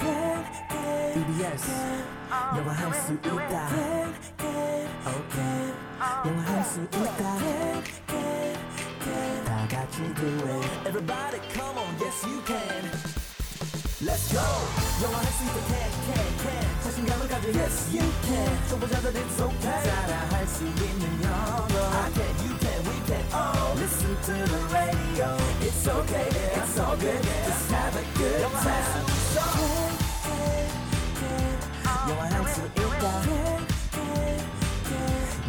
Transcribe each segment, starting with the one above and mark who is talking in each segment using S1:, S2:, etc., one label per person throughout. S1: E yes 영화할 수 있다 E okay 영화할 수 있다 다 같이 do it everybody come on yes you can Let's go 영화할 수 있다 can E can can 자신감을 가져 yes you can 초보자들 it's okay 따라할 수 있는 영어 I can you can we can all listen to the radio it's okay yeah, it's all good just have a good time 영화할 수 있다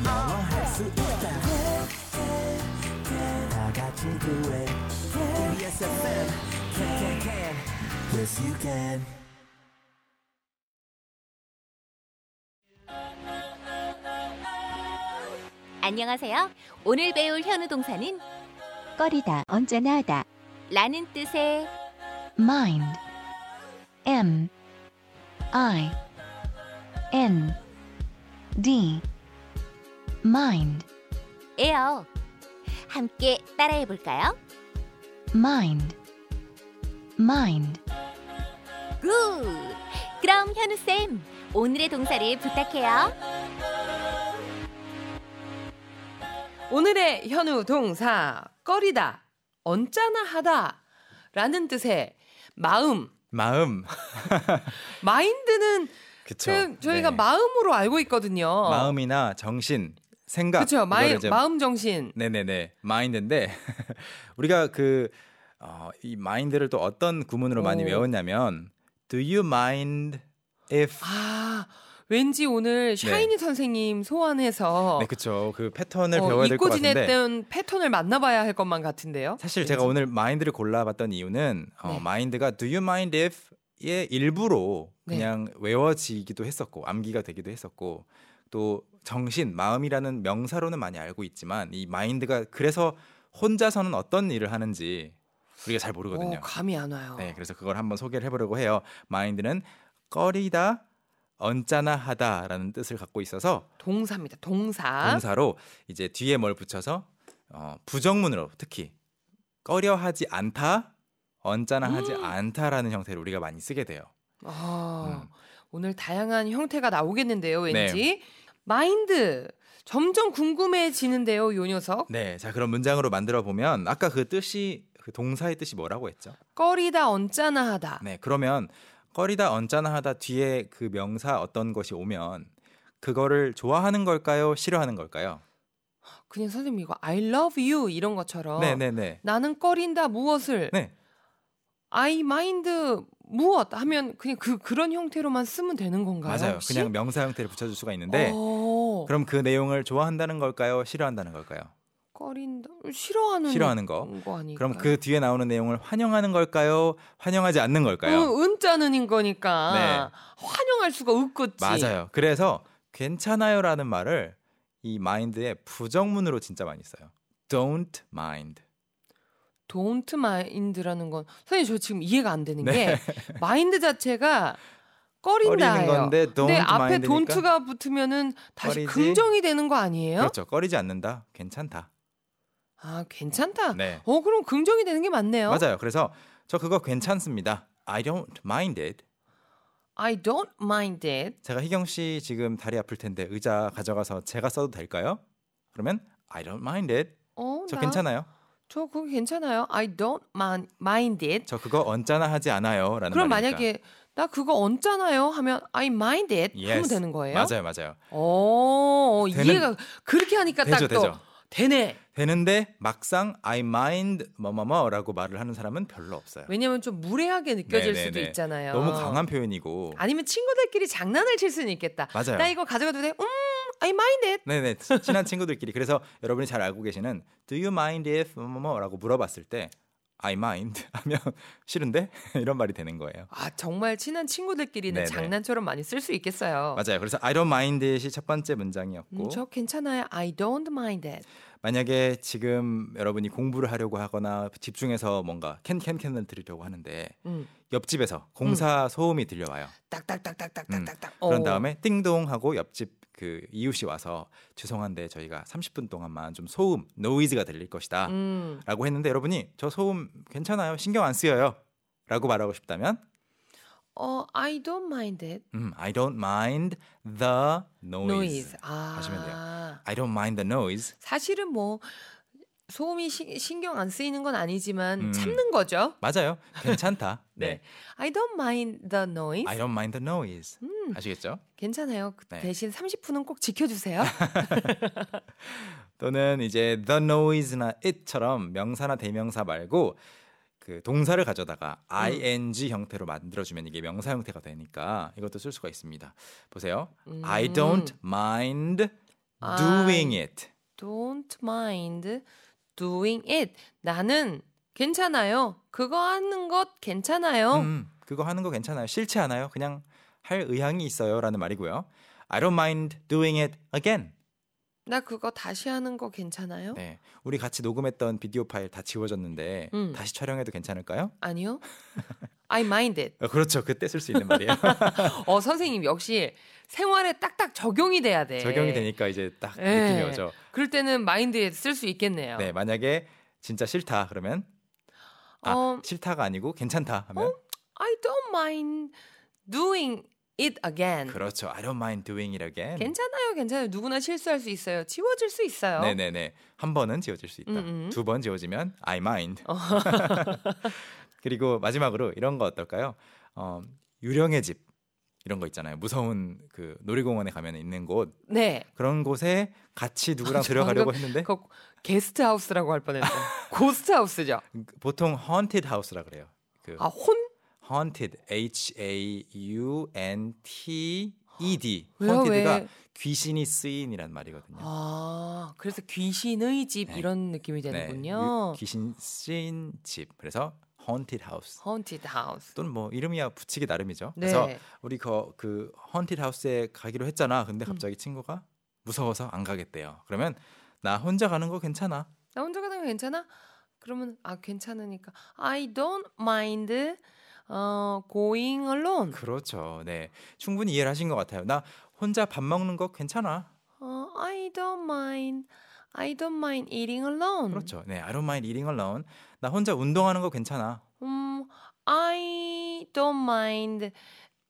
S1: 영화할 수 있다 다 같이 do it KBS FM can can can yes you can
S2: 안녕하세요. 오늘 배울 현우 동사는
S3: 꺼리다 언제나 하다
S2: 라는 뜻의
S3: mind m i n d mind
S2: 에요. 함께 따라해 볼까요?
S3: mind mind
S2: 굿! 그럼 현우쌤, 오늘의 동사를 부탁해요.
S4: 오늘의 현우 동사 꺼리다 언짢아 하다라는 뜻의 마음
S5: 마음.
S4: 마인드는
S5: 그쵸.
S4: 그 저희가
S5: 네.
S4: 마음으로 알고 있거든요.
S5: 마음이나 정신, 생각.
S4: 그렇죠.
S5: 이거를
S4: 마이,
S5: 이제
S4: 마음 정신.
S5: 네네네 마인드인데 우리가 그 어, 이 마인드를 또 어떤 구문으로 많이
S4: 오.
S5: 외웠냐면 Do you mind if
S4: 아 왠지 오늘 샤이니 선생님 소환해서
S5: 네 그쵸 그 패턴을
S4: 어,
S5: 배워야 될
S4: 잊고
S5: 것 같은데
S4: 지냈던 패턴을 만나봐야 할 것만 같은데요.
S5: 사실 제가 오늘 마인드를 골라봤던 이유는 어,
S4: 네.
S5: 마인드가 Do you mind if 의 일부로
S4: 네.
S5: 그냥 외워지기도 했었고 암기가 되기도 했었고 또 정신 마음이라는 명사로는 많이 알고 있지만 이 마인드가 그래서 혼자서는 어떤 일을 하는지 우리가 잘 모르거든요.
S4: 어, 감이 안 와요.
S5: 네, 그래서 그걸 한번 소개를 해보려고 해요. 마인드는 꺼리다, 언짢아 하다라는 뜻을 갖고 있어서
S4: 동사입니다. 동사.
S5: 동사로 이제 뒤에 뭘 붙여서 어, 부정문으로 특히 꺼려하지 않다, 언짢아 하지
S4: 음.
S5: 않다라는 형태를 우리가 많이 쓰게 돼요.
S4: 아,
S5: 음.
S4: 오늘 다양한 형태가 나오겠는데요.
S5: 네.
S4: 왠지 마인드 점점 궁금해지는데요. 요 녀석
S5: 네, 자 그런 문장으로 만들어 보면 아까 그 뜻이 그 동사의 뜻이 뭐라고 했죠?
S4: 꺼리다 언짢아하다.
S5: 네, 그러면 꺼리다, 언짢아 하다 뒤에 그 명사 어떤 것이 오면 그거를 좋아하는 걸까요, 싫어하는 걸까요?
S4: 그냥 선생님 이거 I love you 이런 것처럼
S5: 네, 네, 네.
S4: 나는 꺼린다 무엇을
S5: 네,
S4: I mind 무엇 하면 그냥 그 그런 형태로만 쓰면 되는 건가요?
S5: 맞아요.
S4: 혹시?
S5: 그냥 명사 형태를 붙여줄 수가 있는데
S4: 어,
S5: 그럼 그 내용을 좋아한다는 걸까요? 싫어한다는 걸까요?
S4: 꺼린다 싫어하는
S5: 싫어하는 거.
S4: 아니에요?
S5: 그럼 그 뒤에 나오는 내용을 환영하는 걸까요? 환영하지 않는
S4: 어,
S5: 걸까요? 네.
S4: 은자는인 거니까 환영할 수가 없겠지.
S5: 맞아요. 그래서 괜찮아요라는 말을 이 마인드의 부정문으로 진짜 많이 써요. Don't mind.
S4: don't mind라는 건 선생님 저 지금 이해가 안 되는 게 마인드 자체가 꺼린다예요.
S5: 네. 꺼리는 건데 don't
S4: 근데 앞에
S5: mind니까?
S4: don't가 붙으면은 다시
S5: 꺼리지?
S4: 긍정이 되는 거 아니에요?
S5: 그렇죠. 꺼리지 않는다. 괜찮다.
S4: 아 괜찮다.
S5: 네.
S4: 어 그럼 긍정이 되는 게 맞네요.
S5: 맞아요. 그래서 저 그거 괜찮습니다. I don't mind it.
S4: I don't mind it.
S5: 제가 희경 씨 지금 다리 아플 텐데 의자 가져가서 제가 써도 될까요? 그러면 I don't mind it.
S4: 어,
S5: 저
S4: 나-
S5: 괜찮아요.
S4: 저 그거 괜찮아요. I don't mind mind it.
S5: 저 그거 언짢아 하지 않아요라는
S4: 그럼
S5: 말이니까.
S4: 만약에 나 그거 얹잖아요 하면 I mind it 하면
S5: Yes.
S4: 되는 거예요.
S5: 맞아요, 맞아요.
S4: 오,
S5: 되는-
S4: 이해가 그렇게 하니까 딱
S5: 되죠,
S4: 또
S5: 되죠.
S4: 되네.
S5: 되는데 막상 I mind 뭐뭐뭐라고 말을 하는 사람은 별로 없어요.
S4: 왜냐면 좀 무례하게 느껴질
S5: 네네네.
S4: 수도 있잖아요.
S5: 너무 강한 표현이고.
S4: 아니면 친구들끼리 장난을 칠 수는 있겠다.
S5: 맞아요.
S4: 나 이거 가져가도 돼? 음, I mind it.
S5: 네네 친- 친한 친구들끼리 그래서 여러분이 잘 알고 계시는 Do you mind if 뭐뭐뭐라고 물어봤을 때 I mind 하면 싫은데 이런 말이 되는 거예요.
S4: 아 정말 친한 친구들끼리는
S5: 네네.
S4: 장난처럼 많이 쓸 수 있겠어요.
S5: 맞아요. 그래서 I don't mind it이 첫 번째 문장이었고
S4: 음, 저 괜찮아요. I don't mind it.
S5: 만약에 지금 여러분이 공부를 하려고 하거나 집중해서 뭔가 캔캔캔을 들으려고 하는데
S4: 음,
S5: 옆집에서 공사 소음이 들려와요.
S4: 딱딱딱딱딱딱딱. 어.
S5: 그런 다음에 띵동 하고 옆집 그 이웃이 와서 죄송한데 저희가 30분 동안만 좀 소음 노이즈가 들릴 것이다.
S4: 음,
S5: 라고 했는데 여러분이 저 소음 괜찮아요. 신경 안 쓰여요. 라고 말하고 싶다면
S4: 어, I don't mind it.
S5: 음, I don't mind the noise.
S4: noise. 아.
S5: 하시면 돼요. I don't mind the noise.
S4: 사실은 뭐 소음이 시- 신경 안 쓰이는 건 아니지만
S5: 음.
S4: 참는 거죠.
S5: 맞아요. 괜찮다. 네.
S4: I don't mind the noise. 음.
S5: I don't mind the noise. 아시겠죠?
S4: 괜찮아요. 그
S5: 네.
S4: 대신 30분은 꼭 지켜주세요.
S5: 또는 이제 the noise나 it처럼 명사나 대명사 말고 그 동사를 가져다가
S4: 음.
S5: ing 형태로 만들어주면 이게 명사 형태가 되니까 이것도 쓸 수가 있습니다. 보세요.
S4: 음,
S5: I don't mind
S4: 아.
S5: doing it.
S4: Don't mind doing it. 나는 괜찮아요. 그거 하는 것 괜찮아요.
S5: 음, 그거 하는 거 괜찮아요. 싫지 않아요. 그냥 할 의향이 있어요라는 말이고요. I don't mind doing it again.
S4: 나 그거 다시 하는 거 괜찮아요?
S5: 네, 우리 같이 녹음했던 비디오 파일 다 지워졌는데
S4: 음.
S5: 다시 촬영해도 괜찮을까요?
S4: 아니요. I mind it.
S5: 어, 그렇죠. 그때 쓸 수 있는 말이에요.
S4: 어 선생님 역시 생활에 딱딱 적용이 돼야 돼.
S5: 적용이 되니까 이제 딱
S4: 네.
S5: 느낌이 오죠.
S4: 그럴 때는 마인드에 쓸 수 있겠네요.
S5: 네, 만약에 진짜 싫다 그러면 아,
S4: 어.
S5: 싫다가 아니고 괜찮다 하면
S4: I don't mind doing it again.
S5: 그렇죠. I don't mind doing it again.
S4: 네. 괜찮아요, 괜찮아요. 누구나 실수할 수 있어요. 지워질 수 있어요.
S5: 네, 네, 네. 한 번은 지워질 수 있다.
S4: 음, 어. 음.
S5: 두 번 지워지면 I mind. 그리고 마지막으로 이런 거 어떨까요? 어, 유령의 집 이런 거 있잖아요. 무서운 그 놀이공원에 가면 있는 곳
S4: 네.
S5: 그런 곳에 같이 누구랑
S4: 저
S5: 들어가려고
S4: 방금
S5: 했는데
S4: 그거 게스트 하우스라고 할 뻔했어요. 고스트 하우스죠.
S5: 네. 보통 haunted house라 그래요. 그
S4: 아, 혼?
S5: haunted H A U N T E D
S4: 왜요?
S5: haunted가
S4: 왜?
S5: 귀신이 쓰인이란 말이거든요.
S4: 아, 그래서 귀신의 집 이런 느낌이 되는군요.
S5: 유- 네. 귀신 쓰인 집. 그래서 haunted house.
S4: haunted house.
S5: 또는 뭐 이름이야 붙이기 나름이죠.
S4: 네.
S5: 그래서 우리 거, 그 haunted house에 가기로 했잖아.
S4: 음.
S5: 근데 갑자기 친구가 무서워서 안 가겠대요. 그러면 나 혼자 가는 거 괜찮아.
S4: 나 혼자 가는 거 괜찮아? 그러면 아, 괜찮으니까 I don't mind 어, going alone.
S5: 그렇죠. 네. 충분히 이해를 하신 것 같아요. 나 혼자 밥 먹는 거 괜찮아.
S4: 어, I don't mind. I don't mind eating alone.
S5: 그렇죠. 네. I don't mind eating alone. 나 혼자 운동하는 거 괜찮아.
S4: 음, I don't mind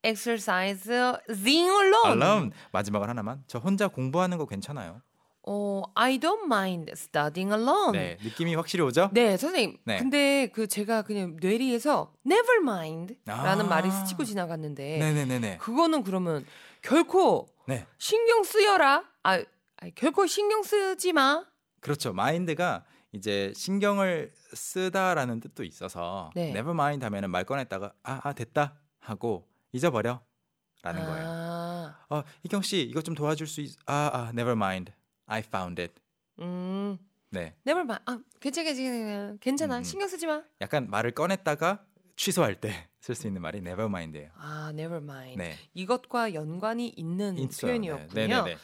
S4: exercise sing alone.
S5: alone. 마지막으로 하나만. 저 혼자 공부하는 거 괜찮아요.
S4: 어, I don't mind studying alone.
S5: 네. 느낌이 확실히 오죠?
S4: 어. 네, 선생님.
S5: 네.
S4: 근데 그 제가 그냥 뇌리에서 never mind라는
S5: 아.
S4: 말이 스치고 지나갔는데
S5: 네네네네.
S4: 그거는 그러면 결코
S5: 네.
S4: 신경 쓰여라. 아, 아니, 결코 신경 쓰지 마.
S5: 그렇죠. 마인드가 이제 신경을 쓰다라는 뜻도 있어서
S4: 네.
S5: never mind 하면은 말 꺼냈다가 아, 아 됐다 하고 잊어버려 라는 거예요.
S4: 아,
S5: 어, 희경 씨 이것 좀 도와줄 수 있... 아, 아 never mind. I found it.
S4: 음,
S5: 네.
S4: never mind. 아, 괜찮아, 괜찮아, 괜찮아.
S5: 음, 음.
S4: 신경 쓰지 마.
S5: 약간 말을 꺼냈다가 취소할 때 쓸 수 있는 말이 never mind예요.
S4: 아, never mind.
S5: 네.
S4: 이것과 연관이 있는
S5: 있어요. 네.
S4: 음, 표현이었군요.
S5: 네네네.